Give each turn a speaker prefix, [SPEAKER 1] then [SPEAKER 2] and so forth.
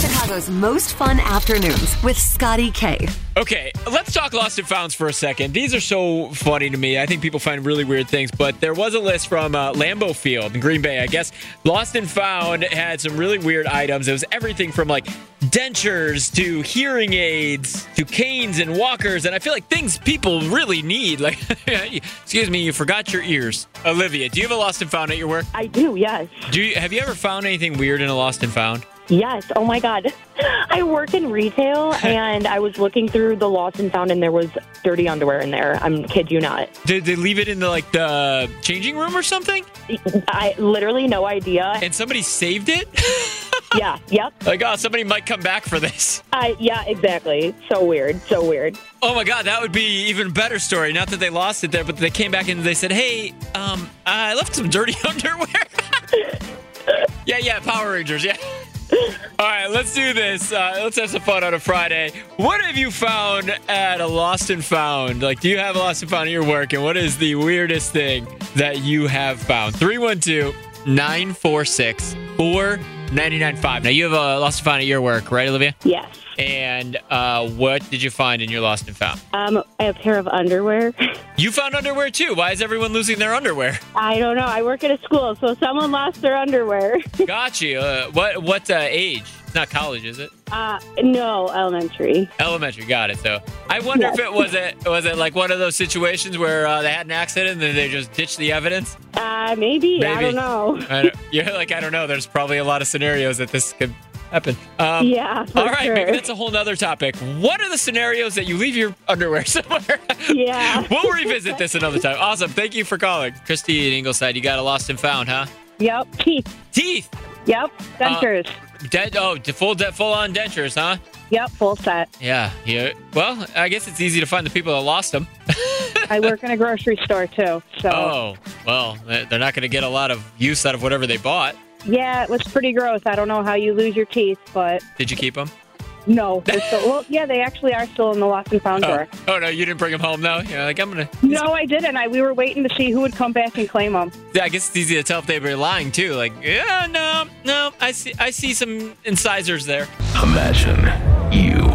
[SPEAKER 1] Chicago's most fun afternoons with Scotty K.
[SPEAKER 2] Okay, let's talk lost and founds for a second. These are so funny to me. I think people find really weird things, but there was a list from uh, Lambeau Field in Green Bay. I guess lost and found had some really weird items. It was everything from like dentures to hearing aids to canes and walkers, and I feel like things people really need. Like, excuse me, you forgot your ears. Olivia, do you have a lost and found at your work?
[SPEAKER 3] I do, yes.
[SPEAKER 2] Do you, have you ever found anything weird in a lost and found?
[SPEAKER 3] Yes. Oh my God. I work in retail and I was looking through the lost and found and there was dirty underwear in there. I'm kid you not.
[SPEAKER 2] Did they leave it in the like the changing room or something?
[SPEAKER 3] I literally no idea.
[SPEAKER 2] And somebody saved it?
[SPEAKER 3] yeah. Yep.
[SPEAKER 2] like, oh, somebody might come back for this.
[SPEAKER 3] I yeah, exactly. So weird. So weird.
[SPEAKER 2] Oh my god, that would be even better story. Not that they lost it there, but they came back and they said, "Hey, um, I left some dirty underwear." yeah, yeah, Power Rangers. Yeah. All right, let's do this. Uh, let's have some fun on a Friday. What have you found at a lost and found? Like, do you have a lost and found at your work? And what is the weirdest thing that you have found? 312 946 4995. Now, you have a lost and found at your work, right, Olivia?
[SPEAKER 3] Yes.
[SPEAKER 2] And uh, what did you find in your lost and found?
[SPEAKER 3] Um, a pair of underwear.
[SPEAKER 2] You found underwear too. Why is everyone losing their underwear?
[SPEAKER 3] I don't know. I work at a school, so someone lost their underwear.
[SPEAKER 2] Got you. Uh, what what uh, age? It's not college, is it?
[SPEAKER 3] Uh, no, elementary.
[SPEAKER 2] Elementary. Got it. So I wonder if it was it was it like one of those situations where uh, they had an accident and then they just ditched the evidence.
[SPEAKER 3] Uh, maybe. I
[SPEAKER 2] Maybe.
[SPEAKER 3] don't know.
[SPEAKER 2] I don't, you're like I don't know. There's probably a lot of scenarios that this could happen. Um,
[SPEAKER 3] yeah. For
[SPEAKER 2] All right,
[SPEAKER 3] Sure.
[SPEAKER 2] maybe that's a whole nother topic. What are the scenarios that you leave your underwear somewhere?
[SPEAKER 3] Yeah.
[SPEAKER 2] we'll revisit this another time. Awesome. Thank you for calling. Christy in Ingleside, you got a lost and found, huh?
[SPEAKER 3] Yep. Teeth.
[SPEAKER 2] Teeth.
[SPEAKER 3] Yep. Dentures.
[SPEAKER 2] Dent- oh, de- full de- full on dentures, huh?
[SPEAKER 3] yep. Full set.
[SPEAKER 2] Yeah, yeah. Well, I guess it's easy to find the people that lost them.
[SPEAKER 3] I work in a grocery store too. So
[SPEAKER 2] Oh, well, they- they're not going to get a lot of use out of whatever they bought.
[SPEAKER 3] yeah, it was pretty gross. I don't know how you lose your teeth, but
[SPEAKER 2] Did you keep them?
[SPEAKER 3] no. They're still, well, yeah, they actually are still in the lost and found
[SPEAKER 2] Oh,
[SPEAKER 3] drawer.
[SPEAKER 2] oh, no, you didn't bring them home, though. You're like, I'm going to.
[SPEAKER 3] No, I didn't. I we were waiting to see who would come back and claim them.
[SPEAKER 2] Yeah, I guess it's easy to tell if they were lying too. Like, yeah, no, no, I see, I see some incisors there.
[SPEAKER 4] Imagine you.